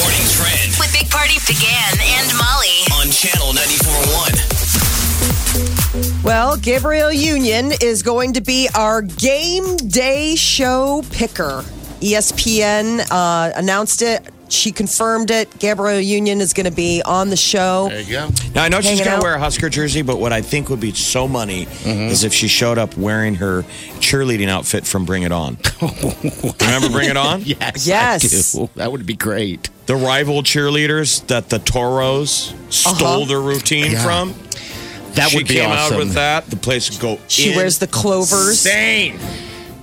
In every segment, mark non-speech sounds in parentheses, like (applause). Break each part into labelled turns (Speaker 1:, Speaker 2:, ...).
Speaker 1: morning trend
Speaker 2: With Big Party began and Molly.
Speaker 1: on channel 94.1.
Speaker 3: Well, Gabriel Union is going to be our game day show picker. E ESPN uh, announced it. She confirmed it. Gabrielle Union is going to be on the show.
Speaker 4: There you go.
Speaker 5: Now I know she's
Speaker 3: Hanging
Speaker 5: going
Speaker 3: out.
Speaker 5: to wear a Husker jersey, but what I think would be so money
Speaker 4: Mm-hmm.
Speaker 5: is if she showed up wearing her cheerleading outfit from Bring It
Speaker 4: (laughs)
Speaker 5: On. Remember Bring It On?
Speaker 4: Yes.
Speaker 3: Yes.
Speaker 4: I do. That would be great.
Speaker 5: The rival cheerleaders that the Toros
Speaker 3: Uh-huh.
Speaker 5: stole their routine
Speaker 4: Yeah.
Speaker 5: from.
Speaker 4: That
Speaker 5: she
Speaker 4: would be
Speaker 5: came
Speaker 4: awesome.
Speaker 5: out with that. The place would go.
Speaker 3: She wears the clovers.
Speaker 5: insane.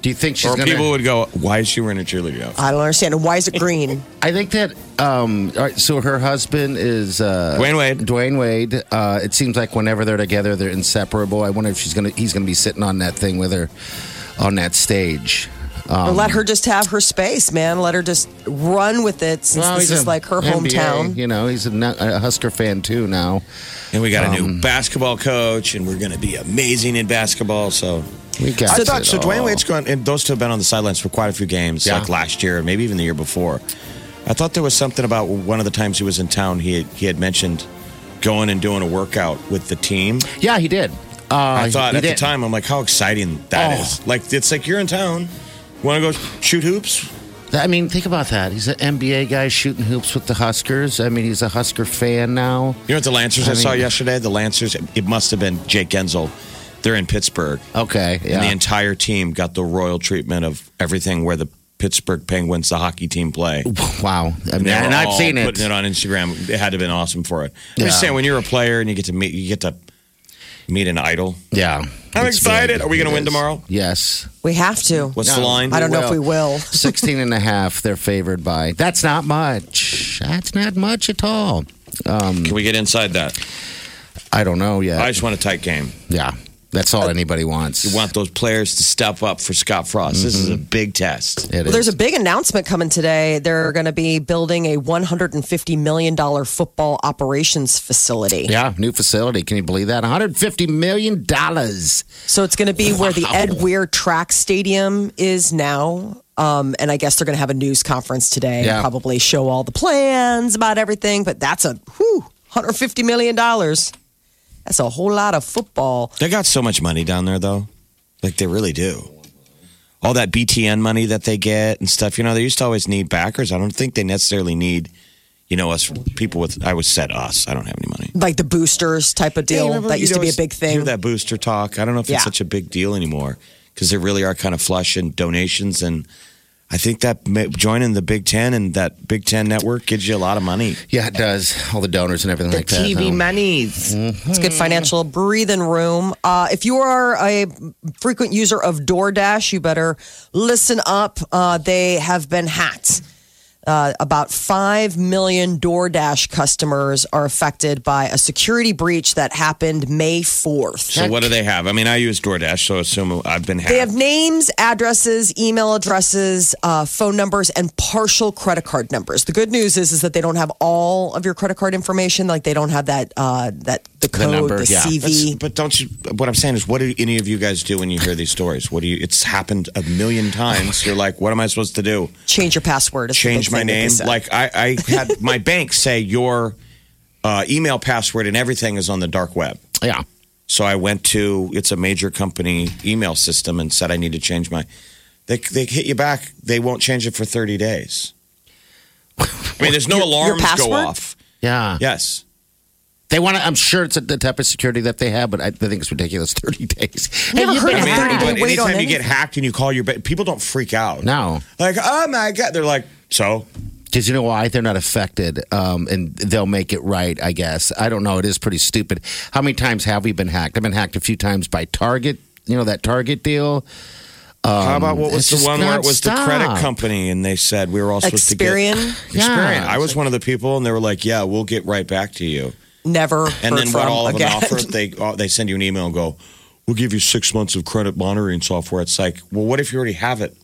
Speaker 4: Do you think she's
Speaker 5: Or
Speaker 4: gonna?
Speaker 5: people would go, "Why is she wearing a cheerleader outfit?"
Speaker 3: I don't understand. And Why is it
Speaker 4: (laughs)
Speaker 3: green?
Speaker 4: I think that. Um, all right, so her husband is uh,
Speaker 5: Dwayne Wade.
Speaker 4: Dwayne Wade. Uh, it seems like whenever they're together, they're inseparable. I wonder if she's gonna. He's gonna be sitting on that thing with her on that stage. Um,
Speaker 3: Or let her just have her space, man. Let her just run with it since
Speaker 4: Well,
Speaker 3: this
Speaker 4: he's
Speaker 3: is
Speaker 4: a
Speaker 3: like her
Speaker 4: NBA,
Speaker 3: hometown.
Speaker 4: You know, he's a, nu- a Husker fan too now.
Speaker 5: And we got a
Speaker 4: um,
Speaker 5: new basketball coach, and we're going to be amazing in basketball. So
Speaker 4: We got
Speaker 5: I thought
Speaker 4: it
Speaker 5: so. Dwayne
Speaker 4: all.
Speaker 5: Wade's gone, and those two have been on the sidelines for quite a few games,
Speaker 4: Yeah.
Speaker 5: like last year, maybe even the year before. I thought there was something about one of the times he was in town. He had, he had mentioned going and doing a workout with the team.
Speaker 4: Yeah, he did. Uh,
Speaker 5: I thought
Speaker 4: he
Speaker 5: at the
Speaker 4: did.
Speaker 5: time, I'm like, how exciting that
Speaker 4: Oh.
Speaker 5: is! Like it's like you're in town. Want to go shoot hoops?
Speaker 4: I mean, think about that. He's an NBA guy shooting hoops with the Huskers. I mean, he's a Husker fan now.
Speaker 5: You know what the Lancers I,
Speaker 4: I
Speaker 5: saw
Speaker 4: mean-
Speaker 5: yesterday? The Lancers. It must have been Jake Genzel. They're in Pittsburgh.
Speaker 4: Okay, yeah.
Speaker 5: and the entire team got the royal treatment of everything where the Pittsburgh Penguins, the hockey team, play.
Speaker 4: wow. I mean,
Speaker 5: they
Speaker 4: and
Speaker 5: were
Speaker 4: I've
Speaker 5: all
Speaker 4: seen it.
Speaker 5: Putting it on Instagram, it had to have been awesome for it. I'm just
Speaker 4: Yeah.
Speaker 5: saying, when you're a player and you get to meet, you get to meet an idol.
Speaker 4: Yeah.
Speaker 5: I'm
Speaker 4: It's
Speaker 5: excited.
Speaker 4: big.
Speaker 5: Are we gonna
Speaker 4: It
Speaker 5: win
Speaker 4: is.
Speaker 5: tomorrow?
Speaker 4: Yes.
Speaker 3: We have to.
Speaker 5: What's the line?
Speaker 3: I don't know if we
Speaker 4: (laughs)
Speaker 3: will.
Speaker 4: 16 and a half, they're favored by. That's not much. That's not much at all.
Speaker 5: Can we get inside that?
Speaker 4: I don't know yet.
Speaker 5: I just want a tight game.
Speaker 4: yeah. That's all anybody wants.
Speaker 5: I want those players to step up for Scott Frost. This is a
Speaker 4: Mm-hmm.
Speaker 5: big test.
Speaker 4: It
Speaker 3: Well,
Speaker 4: is.
Speaker 3: there's a big announcement coming today. They're going to be building a $150 million football operations facility.
Speaker 4: yeah, new facility. Can you believe that? $150 million.
Speaker 3: So it's going to be where the Ed Weir Track Stadium is now. Um, and I guess they're going to have a news conference today and
Speaker 4: Yeah.
Speaker 3: probably show all the plans about everything. But that's a whew, $150 million. That's a whole lot of football.
Speaker 5: They got so much money down there, though. Like they really do. All that BTN money that they get and stuff. You know, they used to always need backers. I don't think they necessarily need, you know, us people with. I was said us. I don't have any money.
Speaker 3: Like the boosters type of
Speaker 5: Yeah,
Speaker 3: deal.
Speaker 5: remember
Speaker 3: that used to
Speaker 5: you'd
Speaker 3: be a
Speaker 5: always
Speaker 3: big thing.
Speaker 5: Hear that booster talk. I don't know if
Speaker 3: Yeah.
Speaker 5: it's such a big deal anymore because they really are kind of flush in donations and. I think that ma- joining the Big Ten and that Big Ten network gives you a lot of money.
Speaker 4: Yeah, it does. All the donors and everything like that. Um, though.
Speaker 5: monies.
Speaker 3: It's good financial breathing room. Uh, if you are a frequent user of DoorDash, you better listen up. Uh, they have been hacked. Uh, about 5 million DoorDash customers are affected by a security breach that happened May 4th.
Speaker 5: So what do they have? I mean, I use DoorDash, so I assume I've been hacked.
Speaker 3: They have names, addresses, email addresses, uh, phone numbers, and partial credit card numbers. The good news is, is that they don't have all of your credit card information. Like they don't have that uh, that the code, the,
Speaker 4: number, yeah.
Speaker 3: CV.
Speaker 5: That's- but don't you? What I'm saying is, what do any of you guys do when you hear these stories? What do you? It's happened a million times. You're like, what am I supposed to do?
Speaker 3: change your password. is the
Speaker 5: Change
Speaker 3: big
Speaker 5: my
Speaker 3: thing that they
Speaker 5: name?
Speaker 3: said.
Speaker 5: Like I, I
Speaker 3: (laughs)
Speaker 5: had my bank say your uh, email password and everything is on the dark web.
Speaker 4: Yeah.
Speaker 5: So I went to it's a major company email system and said I need to change my. They they hit you back. They won't change it for 30 days. I mean, there's no
Speaker 3: your
Speaker 5: alarms go
Speaker 3: password?
Speaker 5: off.
Speaker 4: Yeah.
Speaker 5: Yes.
Speaker 4: They want to, I'm sure it's the type of security that they have, but I think it's ridiculous. (laughs) 30 days. Have you
Speaker 3: heard
Speaker 4: been
Speaker 3: of
Speaker 5: I mean,
Speaker 4: hacked?
Speaker 3: 30 day
Speaker 5: but
Speaker 3: wait on
Speaker 5: anytime you get
Speaker 3: anything.
Speaker 5: hacked and you call your bank, people don't freak out.
Speaker 4: No.
Speaker 5: Like, oh my God. They're like, so?
Speaker 4: Because you know why? They're not affected, um, and they'll make it right, I guess. I don't know. It is pretty stupid. How many times have we been hacked? I've been hacked a few times by Target, you know, that Target deal.
Speaker 5: How about what was
Speaker 4: it's
Speaker 5: the
Speaker 4: just
Speaker 5: one where it was the
Speaker 4: nonstop.
Speaker 5: credit company and they said we were all supposed to
Speaker 3: Experian
Speaker 5: get Experian.
Speaker 4: Yeah.
Speaker 5: I was one of the people, and they were like, "Yeah, we'll get right back to you."
Speaker 3: never
Speaker 5: And
Speaker 3: heard
Speaker 5: then
Speaker 3: from
Speaker 5: what all of
Speaker 3: again.
Speaker 5: them offer?
Speaker 3: (laughs)
Speaker 5: They oh, they send you an email and go, "We'll give you six months of credit monitoring software." It's like, well, what if you already have it?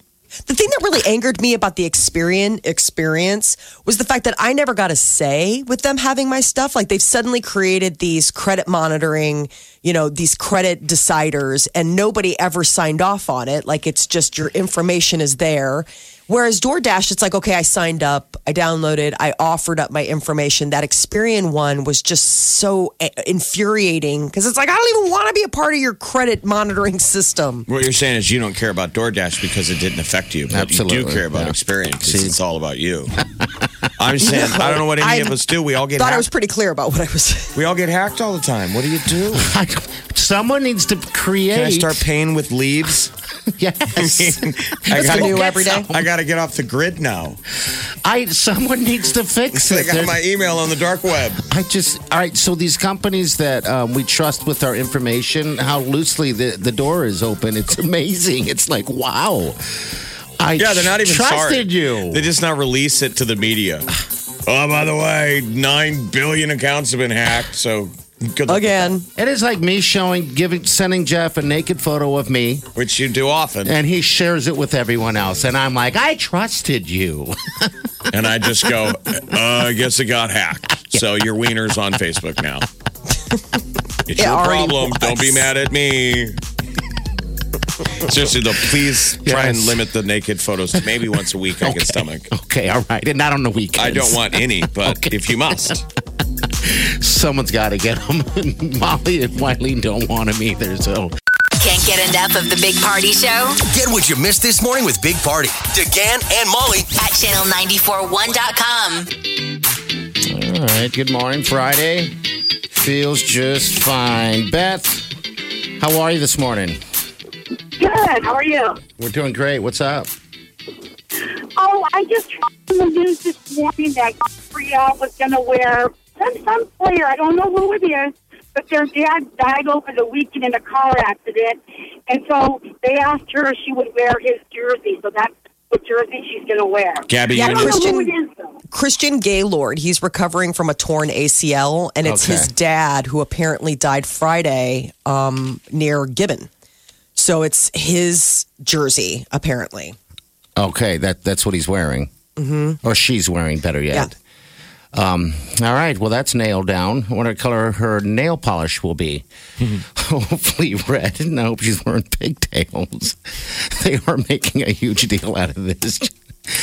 Speaker 3: The thing that really angered me about the Experian experience was the fact that I never got a say with them having my stuff. Like they've suddenly created these credit monitoring, you know, these credit deciders, and nobody ever signed off on it. Like it's just your information is there. Whereas DoorDash, it's like, okay, I signed up, I downloaded, I offered up my information. That Experian one was just so eh, infuriating because it's like, I don't even want to be a part of your credit monitoring system.
Speaker 5: What you're saying is you don't care about DoorDash because it didn't affect you, but you do
Speaker 4: Absolutely,
Speaker 5: care about
Speaker 4: yeah.
Speaker 5: experience.
Speaker 4: See?
Speaker 5: it's all
Speaker 4: (laughs)
Speaker 5: about you. I'm saying I don't know what any
Speaker 3: I
Speaker 5: of us do. We all get
Speaker 3: Thought
Speaker 5: hacked.
Speaker 3: I was pretty clear about what I was. (laughs)
Speaker 5: we all get hacked all the time. What do you do?
Speaker 4: Someone needs to create.
Speaker 5: Can I start paying
Speaker 3: (laughs)
Speaker 5: with leaves?
Speaker 4: Yes.
Speaker 5: (laughs) I
Speaker 3: That's
Speaker 5: gotta-
Speaker 3: new every day.
Speaker 5: I got to get off the grid now.
Speaker 4: I. Someone needs to fix
Speaker 5: They
Speaker 4: it.
Speaker 5: got
Speaker 4: There's-
Speaker 5: my email on the dark web.
Speaker 4: I just all right. So these companies that um, we trust with our information, how loosely the, the door is open. It's amazing. It's like wow. I
Speaker 5: Yeah, they're not even
Speaker 4: trusted
Speaker 5: sorry.
Speaker 4: you.
Speaker 5: They just not release it to the media. oh, by the way, nine billion accounts have been hacked. So good luck.
Speaker 3: Again,
Speaker 4: it is like me showing, giving, sending Jeff a naked photo of me,
Speaker 5: which you do often.
Speaker 4: and he shares it with everyone else, and I'm like, I trusted you. (laughs)
Speaker 5: And I just go, uh, I guess it got hacked. So your wiener's on Facebook now. It's
Speaker 3: It
Speaker 5: your
Speaker 3: already
Speaker 5: problem. Don't be
Speaker 3: was.
Speaker 5: mad at me. Seriously, though, please try and
Speaker 4: Yes.
Speaker 5: limit the naked photos to maybe once a week I can stomach.
Speaker 4: Okay, all right, and not on the weekend.
Speaker 5: I don't want any, but if you must.
Speaker 4: Someone's got to get them. (laughs) Molly and Wileen don't want them either. So.
Speaker 2: Can't get enough of the Big Party Show
Speaker 1: Get what you missed this morning with Big Party, DeGan and Molly.
Speaker 2: at channel941.com.
Speaker 4: All right. Good morning, Friday. Feels just fine. Beth, how are you this morning?
Speaker 6: Good. How are you?
Speaker 4: We're doing great. What's up?
Speaker 6: Oh, I just heard on the news this morning that Gabrielle was going to wear some some player. I don't know who it is, but their dad died over the weekend in a car accident, and so they asked her if she would wear his jersey. So that's what jersey she's going to wear.
Speaker 5: Gabby,
Speaker 3: Yeah,
Speaker 6: I
Speaker 5: you
Speaker 6: don't
Speaker 5: know,
Speaker 6: know
Speaker 3: Christian-
Speaker 6: who it is though.
Speaker 3: Christian Gaylord, he's recovering from a torn ACL, and it's
Speaker 4: Okay.
Speaker 3: his dad who apparently died Friday um, near Gibbon. So it's his jersey, apparently.
Speaker 4: Okay, that that's what he's wearing, mm-hmm. or she's wearing, better yet. Um, all right. Well, that's nailed down. I wonder what color her nail polish will be. (laughs) Hopefully red, (laughs) and I hope she's wearing pigtails. (laughs) they are making a huge deal out of this. (laughs)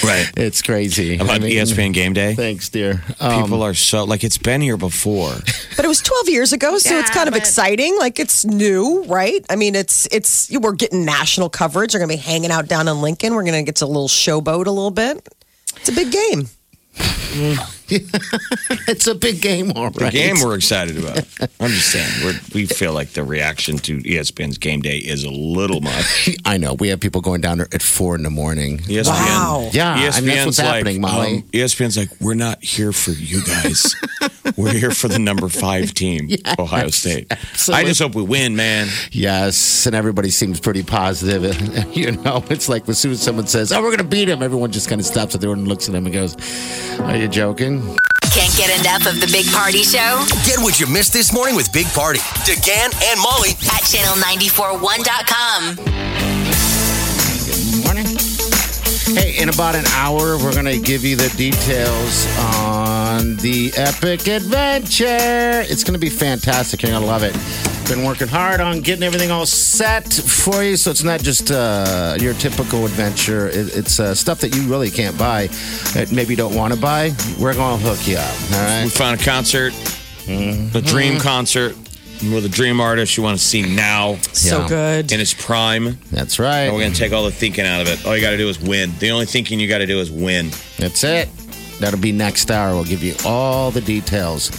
Speaker 5: Right.
Speaker 4: It's crazy.
Speaker 5: about E
Speaker 4: I mean,
Speaker 5: ESPN Game Day.
Speaker 4: Thanks, dear. Uh,
Speaker 5: People
Speaker 4: Um,
Speaker 5: are so like it's been here before.
Speaker 4: (laughs)
Speaker 3: But it was 12 years ago, so it's kind of exciting. Like it's new, right? I mean, it's it's we're getting national coverage. We're going to be hanging out down in Lincoln. We're going to get to a little showboat a little bit. It's a big game.
Speaker 4: It's a big game, all right.
Speaker 5: Game we're excited about. I'm just saying we're, we feel like the reaction to E ESPN's Game Day is a
Speaker 4: (laughs)
Speaker 5: little much.
Speaker 4: (laughs)
Speaker 5: E
Speaker 4: I know. We have people going down there at four in the morning.
Speaker 5: ESPN,
Speaker 3: Wow.
Speaker 4: Yeah, I mean,
Speaker 5: E
Speaker 4: that's what's happening, Molly.
Speaker 5: um, ESPN's like, we're not here for you guys. we're here for the number five team,
Speaker 4: (laughs)
Speaker 5: Ohio State. I just hope we win, man.
Speaker 4: Yes, and everybody seems pretty positive. (laughs) you know, it's like as soon as someone says, "Oh, we're gonna beat him," everyone just kind of stops at the door and looks at them and goes, "Are you joking?"
Speaker 2: Can't get enough of the Big Party Show
Speaker 1: Get what you missed this morning with Big Party, DeGan and Molly.
Speaker 2: at channel941.com.
Speaker 4: Good morning. Hey, in about an hour, we're gonna give you the details on the epic adventure. It's gonna be fantastic. You're gonna love it. Been working hard on getting everything all set for you, so it's not just uh, your typical adventure. It, it's uh, stuff that you really can't buy, that maybe you don't want to buy. We're gonna hook you up. All right.
Speaker 5: We found a concert,
Speaker 4: Mm-hmm.
Speaker 5: a dream concert with a dream artist you want to see now
Speaker 3: So
Speaker 4: Yeah.
Speaker 3: good.
Speaker 5: in his prime.
Speaker 4: That's right.
Speaker 5: And we're going to take all the thinking out of it. All you got to do is win. The only thinking you got to do is win.
Speaker 4: That's it. That'll be next hour. We'll give you all the details.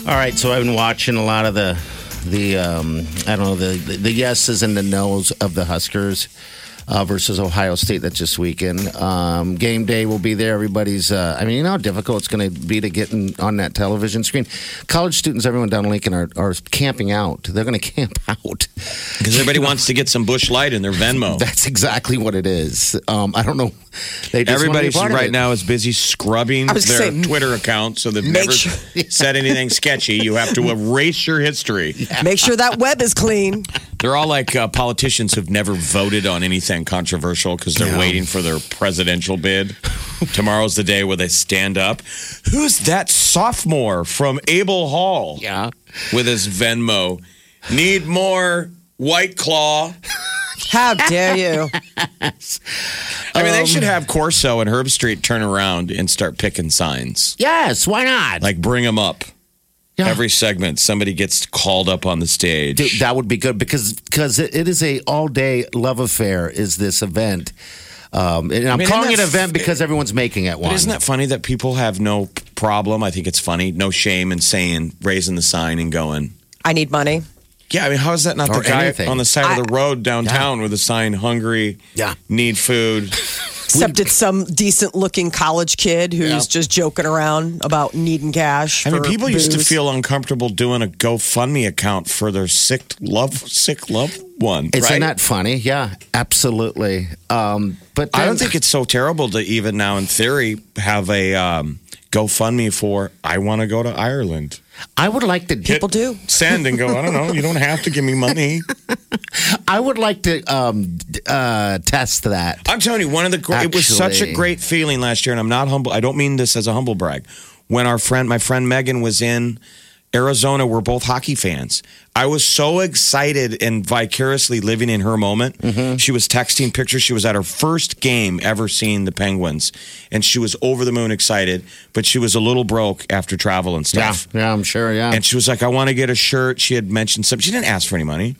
Speaker 4: All right. So I've been watching a lot of the the um, I don't know the, the the yeses and the nos of the Huskers. uh, versus Ohio State. That's this weekend. Um, game day will be there. Everybody's. Uh, I mean, you know how difficult it's going to be to get in, on that television screen. College students, everyone down in Lincoln are, are camping out. They're going to (laughs) camp out.
Speaker 5: Because everybody wants to get some bush light in their
Speaker 4: (laughs)
Speaker 5: Venmo.
Speaker 4: That's exactly what it is. Um, I don't know. They just wanna be
Speaker 5: Everybody
Speaker 4: part of
Speaker 5: right
Speaker 4: it.
Speaker 5: now is busy scrubbing
Speaker 3: I
Speaker 5: their
Speaker 3: was saying-
Speaker 5: Twitter account so they've
Speaker 3: Make
Speaker 5: never
Speaker 3: sure- (laughs)
Speaker 5: said anything sketchy. You have to erase your history.
Speaker 3: Make sure that web is clean.
Speaker 5: They're all like uh, politicians who've never voted on anything controversial because they're waiting for their presidential
Speaker 4: (laughs)
Speaker 5: bid. Tomorrow's the day where they stand up. Who's that sophomore from Abel Hall
Speaker 4: Yeah.
Speaker 5: with his Venmo? Need more White Claw.
Speaker 3: How dare you?
Speaker 5: I mean, they should have Corso and Herb Street turn around and start picking signs.
Speaker 4: Yes. Why not?
Speaker 5: Like, bring them up.
Speaker 4: Yeah.
Speaker 5: Every segment, somebody gets called up on the stage.
Speaker 4: Dude, that would be good because because it, it is a all day love affair. Is this event? Um, and I'm
Speaker 5: mean,
Speaker 4: calling it
Speaker 5: isn't
Speaker 4: an
Speaker 5: that-
Speaker 4: event because everyone's making it one.
Speaker 5: But isn't that funny that people have no problem? I think it's funny, no shame in saying, raising the sign and going.
Speaker 3: I need money.
Speaker 5: Yeah, I mean, how is that not
Speaker 4: Or
Speaker 5: the guy
Speaker 4: anything.
Speaker 5: on the side of the road downtown with a sign, hungry,
Speaker 4: Yeah.
Speaker 5: need food?
Speaker 3: Except it's some decent looking college kid who's just joking around about needing cash.
Speaker 5: I mean,
Speaker 3: for
Speaker 5: people used to
Speaker 3: booze.
Speaker 5: feel uncomfortable doing a GoFundMe account for their sick love, sick loved one.
Speaker 4: Isn't
Speaker 5: right?
Speaker 4: that funny? Yeah, absolutely. Um, but
Speaker 5: I don't
Speaker 4: then-
Speaker 5: think it's so terrible to even now, in theory, have a um, GoFundMe for I want to go to Ireland.
Speaker 4: I would like to
Speaker 3: People do.
Speaker 5: Send and go. I don't know. You don't have to give me money.
Speaker 4: I would like to um, d- uh, test that.
Speaker 5: I'm telling you, one of the gr- it was such a
Speaker 4: Actually-
Speaker 5: great feeling last year, and I'm not humble. I don't mean this as a humble brag. When our friend, my friend Megan, was in Arizona, we're both hockey fans. I was so excited and vicariously living in her moment.
Speaker 4: Mm-hmm.
Speaker 5: She was texting pictures. She was at her first game ever seeing the Penguins, and she was over the moon excited. But she was a little broke after travel and
Speaker 4: Yeah,
Speaker 5: stuff.
Speaker 4: yeah, I'm sure. Yeah,
Speaker 5: And she was like, I want to get a shirt. She had mentioned something. She didn't ask for any money.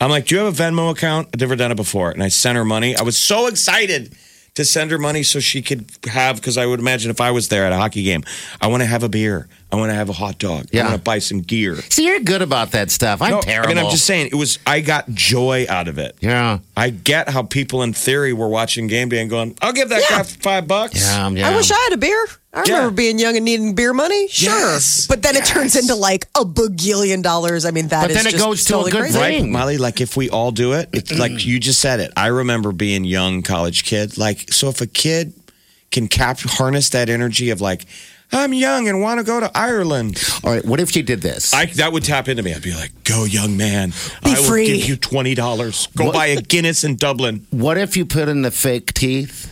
Speaker 5: I'm like, Do you have a Venmo account? I've never done it before. And I sent her money. I was so excited to send her money so she could have, because I would imagine if I was there at a hockey game, I want to have a beer. I want to have a hot dog.
Speaker 4: Yeah.
Speaker 5: I want to buy some gear.
Speaker 4: see, you're good about that stuff. I'm
Speaker 5: No,
Speaker 4: terrible.
Speaker 5: I mean, I'm just saying, it was, I got joy out of it.
Speaker 4: yeah,
Speaker 5: I get how people in theory were watching Game Day and going, I'll give that guy five bucks.
Speaker 4: yeah, yeah.
Speaker 3: I wish I had a beer. I
Speaker 5: Yeah.
Speaker 3: remember being young and needing beer money. Sure.
Speaker 5: Yes.
Speaker 3: But then it turns into like a bagillion dollars. I mean, that
Speaker 4: But
Speaker 3: is
Speaker 4: then it
Speaker 3: just
Speaker 4: goes to a
Speaker 3: totally
Speaker 4: good
Speaker 3: crazy.
Speaker 5: Right,
Speaker 4: thing.
Speaker 5: Molly, like if we all do it, it's
Speaker 4: Mm.
Speaker 5: like you just said it. I remember being young college kid. Like, so if a kid can cap harness that energy of like, I'm young and want to go to Ireland.
Speaker 4: All right, what if you did this?
Speaker 5: I that would tap into me. I'd be like, "Go, young man!
Speaker 3: Be
Speaker 5: I will
Speaker 3: free.
Speaker 5: give you twenty dollars. Go
Speaker 4: What?
Speaker 5: buy a Guinness in Dublin."
Speaker 4: What if you put in the fake teeth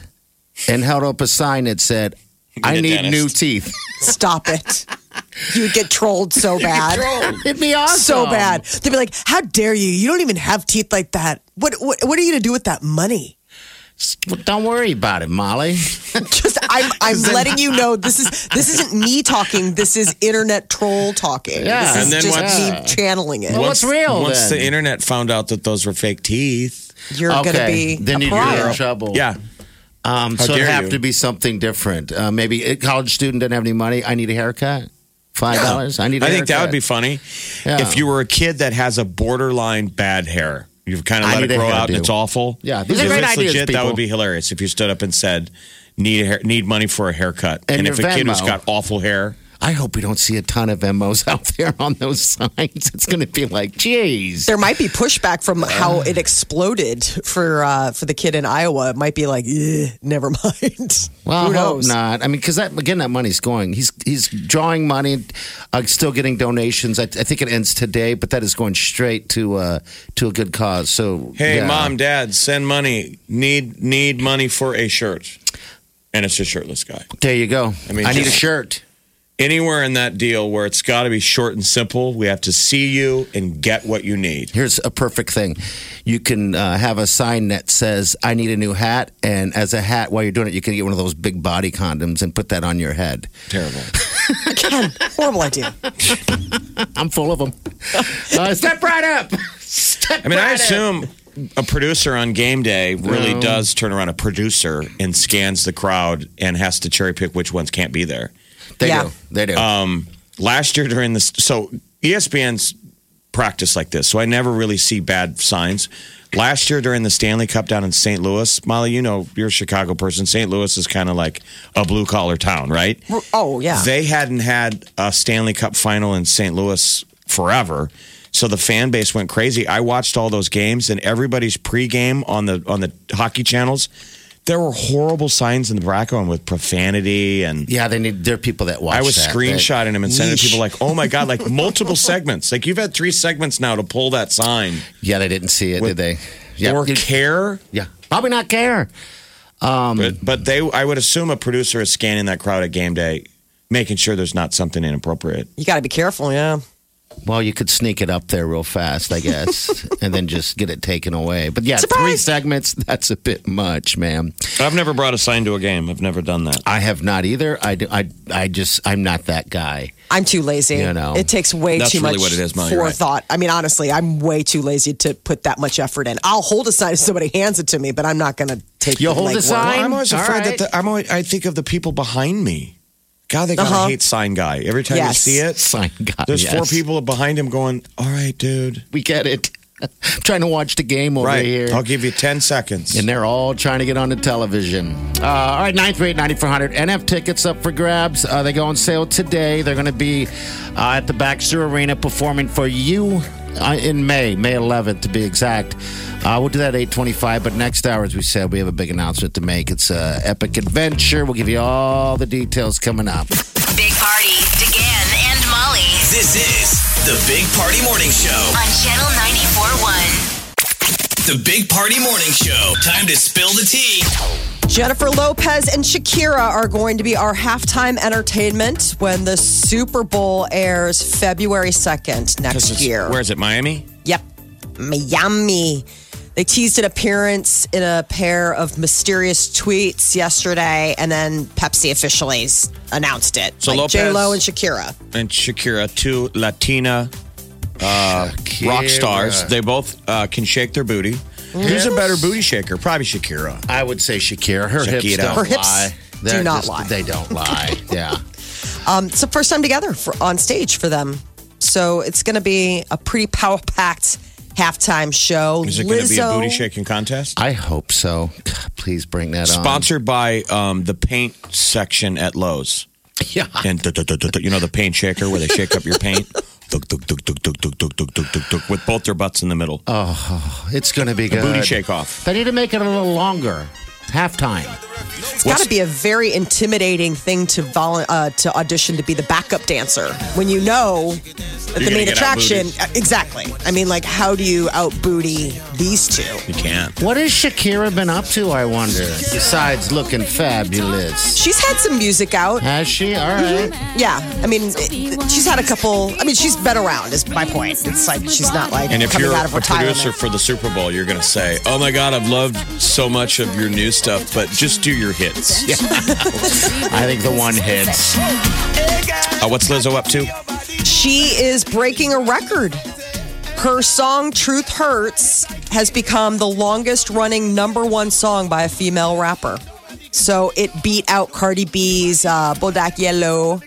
Speaker 4: and held up a sign that said, "I
Speaker 5: a
Speaker 4: need
Speaker 5: dentist.
Speaker 4: new teeth"?
Speaker 3: Stop it. You'd get trolled so bad.
Speaker 4: It'd be awesome.
Speaker 3: So bad. They'd be like, "How dare you? You don't even have teeth like that. What what, what are you gonna do with that money?
Speaker 4: Well, don't worry about it, Molly.
Speaker 3: Just I'm I'm letting you know this is this isn't me talking. This is internet troll talking.
Speaker 4: Yeah.
Speaker 3: This is
Speaker 5: And then
Speaker 3: just
Speaker 5: once-
Speaker 3: me channeling it.
Speaker 4: Well, what's real
Speaker 5: Once
Speaker 4: then?
Speaker 5: the internet found out that those were fake teeth,
Speaker 3: You're gonna be
Speaker 4: then
Speaker 3: a
Speaker 4: you-
Speaker 3: pariah.
Speaker 4: you're in trouble.
Speaker 5: yeah,
Speaker 4: Um,
Speaker 5: How
Speaker 4: so it'd
Speaker 5: dare
Speaker 4: have to
Speaker 5: you.
Speaker 4: be something different. Uh, maybe a college student doesn't have any money. I need a haircut. Five dollars. I need. a
Speaker 5: I think that
Speaker 4: haircut.
Speaker 5: would be funny
Speaker 4: Yeah.
Speaker 5: if you were a kid that has a borderline bad hair. You've kind of
Speaker 4: I
Speaker 5: let it
Speaker 4: need a
Speaker 5: grow out and
Speaker 4: hairdo.
Speaker 5: it's awful.
Speaker 4: Yeah, these are
Speaker 5: If
Speaker 4: great
Speaker 5: it's
Speaker 4: ideas,
Speaker 5: legit, That
Speaker 4: people.
Speaker 5: would be hilarious if you stood up and said, "Need a hair, need money for a haircut."
Speaker 4: And
Speaker 5: if a
Speaker 4: your
Speaker 5: kid who's
Speaker 4: Venmo.
Speaker 5: got awful hair,
Speaker 4: I hope we don't see a ton of MOs (laughs) out there on those signs. It's going to be like, geez.
Speaker 3: there might be pushback from how it exploded for uh, for the kid in Iowa. It might be like, "Eh, never (laughs) mind.
Speaker 4: Well,
Speaker 3: Who
Speaker 4: I hope
Speaker 3: knows?
Speaker 4: not. I mean, because that again, that money's going. He's he's drawing money, uh, still getting donations. I, I think it ends today, but that is going straight to uh, to a good cause. So,
Speaker 5: hey,
Speaker 4: yeah.
Speaker 5: mom, dad, send money. Need need money for a shirt, and it's a shirtless guy.
Speaker 4: there you go. I
Speaker 5: I
Speaker 4: mean,
Speaker 5: mean,
Speaker 4: I need a
Speaker 5: just-
Speaker 4: shirt.
Speaker 5: Anywhere in that deal where it's got to be short and simple, we have to see you and get what you need.
Speaker 4: Here's a perfect thing. You can uh, have a sign that says, "I need a new hat," and as a hat, while you're doing it, you can get one of those big body condoms and put that on your head.
Speaker 5: Terrible.
Speaker 3: Again, horrible idea.
Speaker 4: I'm full of them. Uh, step right up. Step
Speaker 5: I mean, I
Speaker 4: right up.
Speaker 5: assume a producer on game day really does turn around a producer and scans the crowd and has to cherry pick which ones can't be there.
Speaker 4: They
Speaker 3: Yeah.
Speaker 4: do. They do.
Speaker 5: E Last year during this, so ESPN's practice like this. So I never really see bad signs. Last year during the Stanley Cup down in St. Louis, Molly, you know, you're a Chicago person. St. Louis is kind of like a blue collar town, right?
Speaker 3: Oh yeah.
Speaker 5: They hadn't had a Stanley Cup final in St. Louis forever. So the fan base went crazy. I watched all those games and everybody's pregame on the on the hockey channels. There were horrible signs in the background with profanity and
Speaker 4: Yeah, they need. There are people that watch.
Speaker 5: I was
Speaker 4: that,
Speaker 5: screenshotting
Speaker 4: that-
Speaker 5: him and sending it to
Speaker 4: Yeesh.
Speaker 5: people like, "Oh my god!" Like multiple segments. Like you've had three segments now to pull that sign
Speaker 4: yeah, they didn't see it, did
Speaker 5: With-
Speaker 4: they? Yeah,
Speaker 5: or care.
Speaker 4: yeah, probably not care. um,
Speaker 5: But, but they, I would assume, a producer is scanning that crowd at game day, making sure there's not something inappropriate.
Speaker 3: you got to be careful. Yeah.
Speaker 4: Well, you could sneak it up there real fast, I guess, and then just get it taken away. But yeah, three
Speaker 3: Surprise!
Speaker 4: segments—that's a bit much, ma'am.
Speaker 5: I've never brought a sign to a game. I've never done that.
Speaker 4: I have not either. I, do- I, I just I'm not that guy. (laughs)
Speaker 3: I'm too lazy.
Speaker 4: You know.
Speaker 3: it takes way
Speaker 5: That's
Speaker 3: too
Speaker 5: really
Speaker 3: much
Speaker 5: what it is, Molly, you're right.
Speaker 3: forethought. I mean, honestly, I'm way too lazy to put that much effort in. I'll hold a sign if somebody hands it to me, but I'm not going to take.
Speaker 4: You'll
Speaker 3: the
Speaker 4: hold a
Speaker 3: legwork.
Speaker 4: sign?
Speaker 5: I'm always
Speaker 4: All
Speaker 5: afraid
Speaker 4: right.
Speaker 5: that the, I'm. Always, I think of the people behind me. God, they gotta
Speaker 3: Uh-huh.
Speaker 5: hate sign guy. Every time
Speaker 3: Yes.
Speaker 5: you see it,
Speaker 4: Sign guy.
Speaker 5: there's
Speaker 4: yes.
Speaker 5: four people behind him going, "All right, dude,
Speaker 4: We get it. (laughs) trying to watch the game over
Speaker 5: right?
Speaker 4: here.
Speaker 5: I'll give you ten seconds."
Speaker 4: And they're all trying to get onto television. Uh, all right, 938 9400. NF tickets up for grabs. Uh, they go on sale today. They're going to be uh, at the Baxter Arena performing for you uh, in May, May 11th to be exact. Uh, we'll do that at 825. But next hour, as we said, we have a big announcement to make. It's an epic adventure. We'll give you all the details coming up.
Speaker 2: Big Party, DeGan and Molly
Speaker 1: This is the Big Party Morning Show.
Speaker 2: on Channel 94.1.
Speaker 1: The Big Party Morning Show. Time to spill the tea.
Speaker 3: Jennifer Lopez and Shakira are going to be our halftime entertainment when the Super Bowl airs February 2nd
Speaker 5: 'Cause
Speaker 3: next
Speaker 5: it's-
Speaker 3: year.
Speaker 5: Where is it? Miami.
Speaker 3: Yep. Miami. They teased an appearance in a pair of mysterious tweets yesterday, and then Pepsi officially s- announced it.
Speaker 5: So Lopez-
Speaker 3: J Lo and Shakira.
Speaker 5: and Shakira, two Latina uh, rock stars. They both uh, can shake their booty.
Speaker 4: Mm-hmm.
Speaker 5: Who's a better booty shaker? Probably Shakira.
Speaker 4: I would say Shakira. Her hips
Speaker 5: Shakira.
Speaker 4: don't
Speaker 3: Her hips
Speaker 4: lie.
Speaker 3: do not lie.
Speaker 4: They don't lie. yeah.
Speaker 3: Um, it's the first time together for, on stage for them, so it's going to be a pretty power packed halftime show.
Speaker 5: Is it going to be a
Speaker 3: Lizzo-
Speaker 5: booty shaking contest?
Speaker 4: I hope so. God, please bring that on.
Speaker 5: Sponsored by um, the paint section at Lowe's.
Speaker 4: Yeah.
Speaker 5: And duh, duh, duh, duh, duh, you know the paint shaker where they shake up your paint?
Speaker 3: (laughs)
Speaker 5: Duk, duk, duk, duk, duk, duk, duk, duk, duk, duk, duk, With both their butts in the middle.
Speaker 3: Oh,
Speaker 4: It's going to be good.
Speaker 5: booty shake off.
Speaker 4: They need to make it a little longer. Halftime.
Speaker 3: It's got to be a very intimidating thing to volu- uh, to audition to be the backup dancer when you know that the main
Speaker 5: You're gonna get
Speaker 3: attraction.
Speaker 5: out-booted.
Speaker 3: uh, Exactly. I mean, like, how do you out booty these two?
Speaker 5: You can't.
Speaker 4: What has Shakira been up to, I wonder? Besides looking fabulous.
Speaker 3: She's had some music out.
Speaker 4: Has she? All right.
Speaker 3: Yeah. I mean, it- she's had a couple. I mean, she's been around, is my point. It's like she's not like
Speaker 5: And if
Speaker 3: coming
Speaker 5: you're
Speaker 3: out of
Speaker 5: a
Speaker 3: retirement.
Speaker 5: producer for the Super Bowl, you're going to say, "Oh my God, I've loved so much of your new stuff, but just do your hits."
Speaker 4: I think the one hits.
Speaker 5: Uh, what's Lizzo up to?
Speaker 3: She is breaking a record. Her song Truth Hurts has become the longest running number one song by a female rapper. So it beat out Cardi B's uh, Bodak Yellow.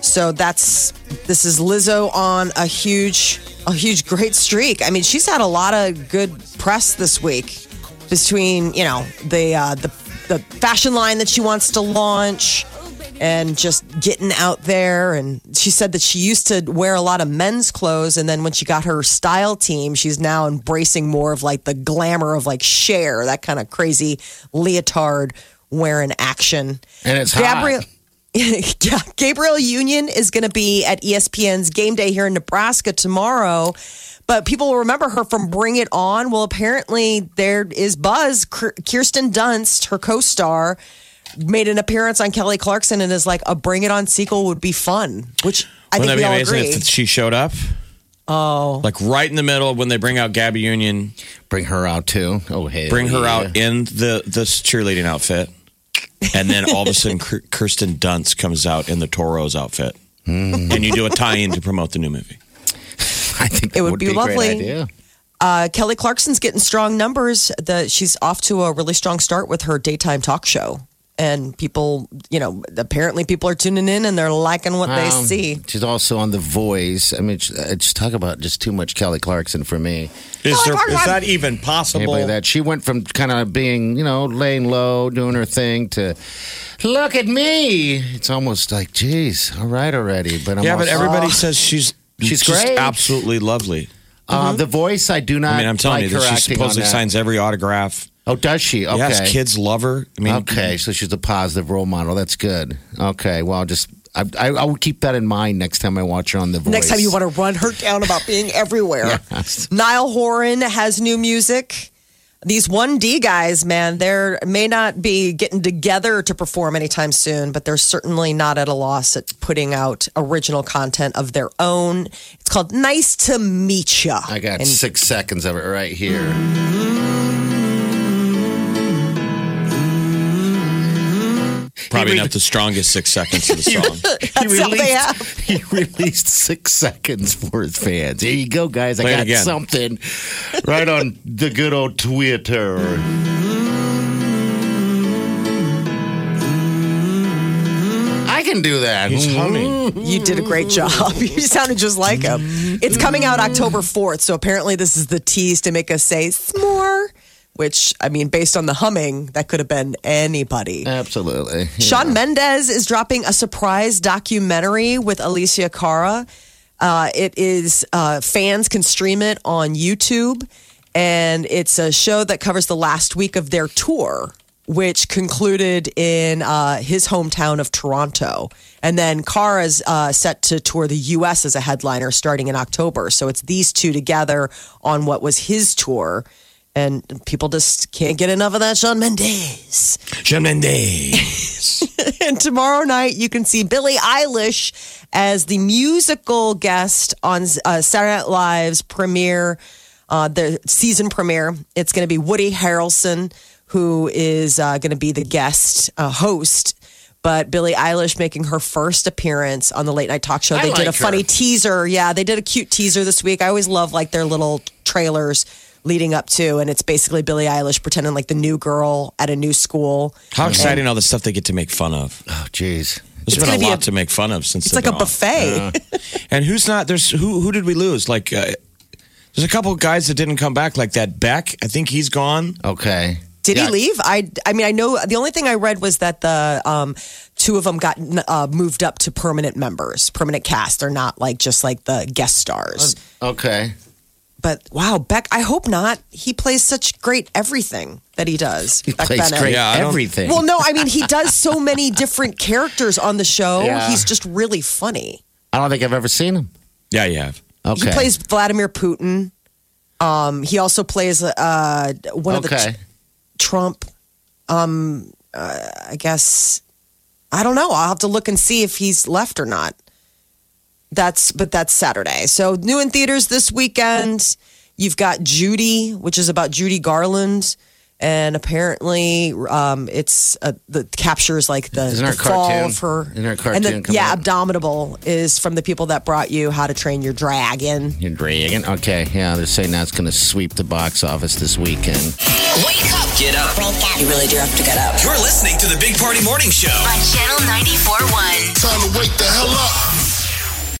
Speaker 3: So that's this is Lizzo on a huge, a huge great streak. I mean, she's had a lot of good press this week between you know the uh, the the fashion line that she wants to launch and just getting out there. And she said that she used to wear a lot of men's clothes, and then when she got her style team, she's now embracing more of like the glamour of like Cher, that kind of crazy leotard wearing action.
Speaker 4: And it's hot.
Speaker 3: Gabriel. (laughs) yeah, Gabriel Union is going to be at E ESPN's game day here in Nebraska tomorrow. But people will remember her from Bring It On. Well, apparently there is buzz. Kir- Kirsten Dunst, her co star, made an appearance on Kelly Clarkson and is like, a Bring It On sequel would be fun, which I think
Speaker 5: Wouldn't that
Speaker 3: we
Speaker 5: be
Speaker 3: all
Speaker 5: amazing
Speaker 3: agree.
Speaker 5: if she showed up? Oh, like right in the middle of when they bring out Gabby Union,
Speaker 4: Bring her out, too. Oh, hey.
Speaker 5: bring her out in the this cheerleading outfit, and then all of a sudden Kir- Kirsten Dunst comes out in the Toro's outfit,
Speaker 4: Mm.
Speaker 5: and you do a tie-in to promote the new movie.
Speaker 4: (laughs) I think that
Speaker 3: It would be
Speaker 4: be, a
Speaker 3: lovely.
Speaker 4: Great idea.
Speaker 3: Uh, Kelly Clarkson's getting strong numbers. The, she's off to a really strong start with her daytime talk show. And people, you know, apparently people are tuning in and they're liking what they
Speaker 4: Um,
Speaker 3: see.
Speaker 4: She's also on The Voice. I mean, she- I just talk about just too much Kelly Clarkson for me.
Speaker 5: Is, there, is that even possible?
Speaker 4: Anybody that she went from kind of being, you know, laying low, doing her thing to look at me. It's almost like, geez, all right already. But I'm
Speaker 5: yeah, but
Speaker 4: also-
Speaker 5: everybody says she's
Speaker 4: She's
Speaker 5: just
Speaker 4: great.
Speaker 5: absolutely lovely.
Speaker 4: Uh, The Voice, I do not.
Speaker 5: Mm-hmm. I mean, I'm telling
Speaker 4: like
Speaker 5: you
Speaker 4: her
Speaker 5: that she
Speaker 4: acting on
Speaker 5: supposedly
Speaker 4: that.
Speaker 5: signs every autograph.
Speaker 4: Oh, does she? Okay.
Speaker 5: Yes, kids love her. I mean,
Speaker 4: Okay, so she's a positive role model. That's good. Okay, well, just I, I, I will keep that in mind next time I watch her on The Voice.
Speaker 3: Next time you want to run her down about being
Speaker 4: (laughs)
Speaker 3: everywhere. Niall Horan has new music. These 1D guys, man, they may not be getting together to perform anytime soon, but they're certainly not at a loss at putting out original content of their own. It's called Nice to Meet Ya.
Speaker 4: I got
Speaker 3: And
Speaker 4: six seconds of it right here.
Speaker 5: (laughs) probably
Speaker 4: He re-
Speaker 5: not the strongest six seconds
Speaker 4: (laughs)
Speaker 5: of the song.
Speaker 3: (laughs) That's all they have.
Speaker 4: He released six seconds for his fans. Here you go, guys.
Speaker 5: Play it
Speaker 4: I got
Speaker 5: again.
Speaker 4: something right on the good old Twitter. I can do that. Mm-hmm.
Speaker 5: He's humming.
Speaker 3: You did a great job. (laughs) You sounded just like him. It's coming out October 4th, so apparently this is the tease to make us say s'more, which, I mean, based on the humming, that could have been anybody.
Speaker 4: Absolutely.
Speaker 3: (laughs) Sean Mendez is dropping a surprise documentary with Alicia Cara. Uh, it is uh, fans can stream it on YouTube, and it's a show that covers the last week of their tour, which concluded in uh, his hometown of Toronto. And then Cara's uh, set to tour the U.S. as a headliner starting in October. So it's these two together on what was his tour. And people just can't get enough of that Sean Mendez.
Speaker 5: Shawn Mendes.
Speaker 3: And tomorrow night, you can see Billie Eilish as the musical guest on uh, Saturday Night Live's premiere, uh, the season premiere. It's going to be Woody Harrelson, who is uh, going to be the guest uh, host. But Billie Eilish making her first appearance on the late night talk show.
Speaker 4: I
Speaker 3: They did a
Speaker 4: like her.
Speaker 3: funny teaser. Yeah, they did a cute teaser this week. I always love like their little trailers leading up to, and it's basically Billie Eilish pretending like the new girl at a new school.
Speaker 5: How exciting all the stuff they get to make fun of.
Speaker 4: Oh, jeez.
Speaker 5: There's been
Speaker 3: gonna
Speaker 5: a
Speaker 3: be
Speaker 5: lot
Speaker 3: a-
Speaker 5: to make fun of since
Speaker 3: It's
Speaker 5: they've
Speaker 3: like a
Speaker 5: been off.
Speaker 3: buffet.
Speaker 5: And who's not? There's who? Who did we lose? Like, uh, there's a couple of guys that didn't come back. Like that Beck. I think he's gone.
Speaker 4: Okay.
Speaker 3: Did
Speaker 4: Yeah.
Speaker 3: he leave? I, I mean, I know the only thing I read was that the um, two of them got uh, moved up to permanent members, permanent cast. They're not like just like the guest stars.
Speaker 4: Okay.
Speaker 3: But wow, Beck, I hope not. He plays such great everything that he does.
Speaker 4: He
Speaker 3: Beck
Speaker 4: plays
Speaker 3: Bennett.
Speaker 4: great
Speaker 5: Yeah, I don't-
Speaker 4: everything.
Speaker 3: Well, no, I mean, he does so many different characters on the show.
Speaker 4: Yeah.
Speaker 3: He's just really funny.
Speaker 4: I don't think I've ever seen him.
Speaker 5: Yeah, you have.
Speaker 4: Okay.
Speaker 3: He plays Vladimir Putin. Um, he also plays uh, one of the
Speaker 4: okay.
Speaker 3: Trump. Um, uh, I guess I don't know. I'll have to look and see if he's left or not. That's but that's Saturday. So new in theaters this weekend. You've got Judy, which is about Judy Garland, and apparently um, it's uh, the captures like the,
Speaker 4: Isn't there
Speaker 3: the
Speaker 4: a
Speaker 3: fall
Speaker 4: cartoon?
Speaker 3: of her.
Speaker 4: Isn't there a
Speaker 3: And
Speaker 4: cartoon
Speaker 3: the,
Speaker 4: coming
Speaker 3: yeah,
Speaker 4: out?
Speaker 3: Abdominable is from the people that brought you How to Train Your Dragon.
Speaker 4: You're dragging. Okay. Yeah, they're saying that's going to sweep the box office this weekend.
Speaker 2: Wake up
Speaker 1: Get up.
Speaker 7: You really do have to get up.
Speaker 1: You're listening to the Big Party Morning Show.
Speaker 2: on Channel 94.1.
Speaker 8: Time to wake the hell up.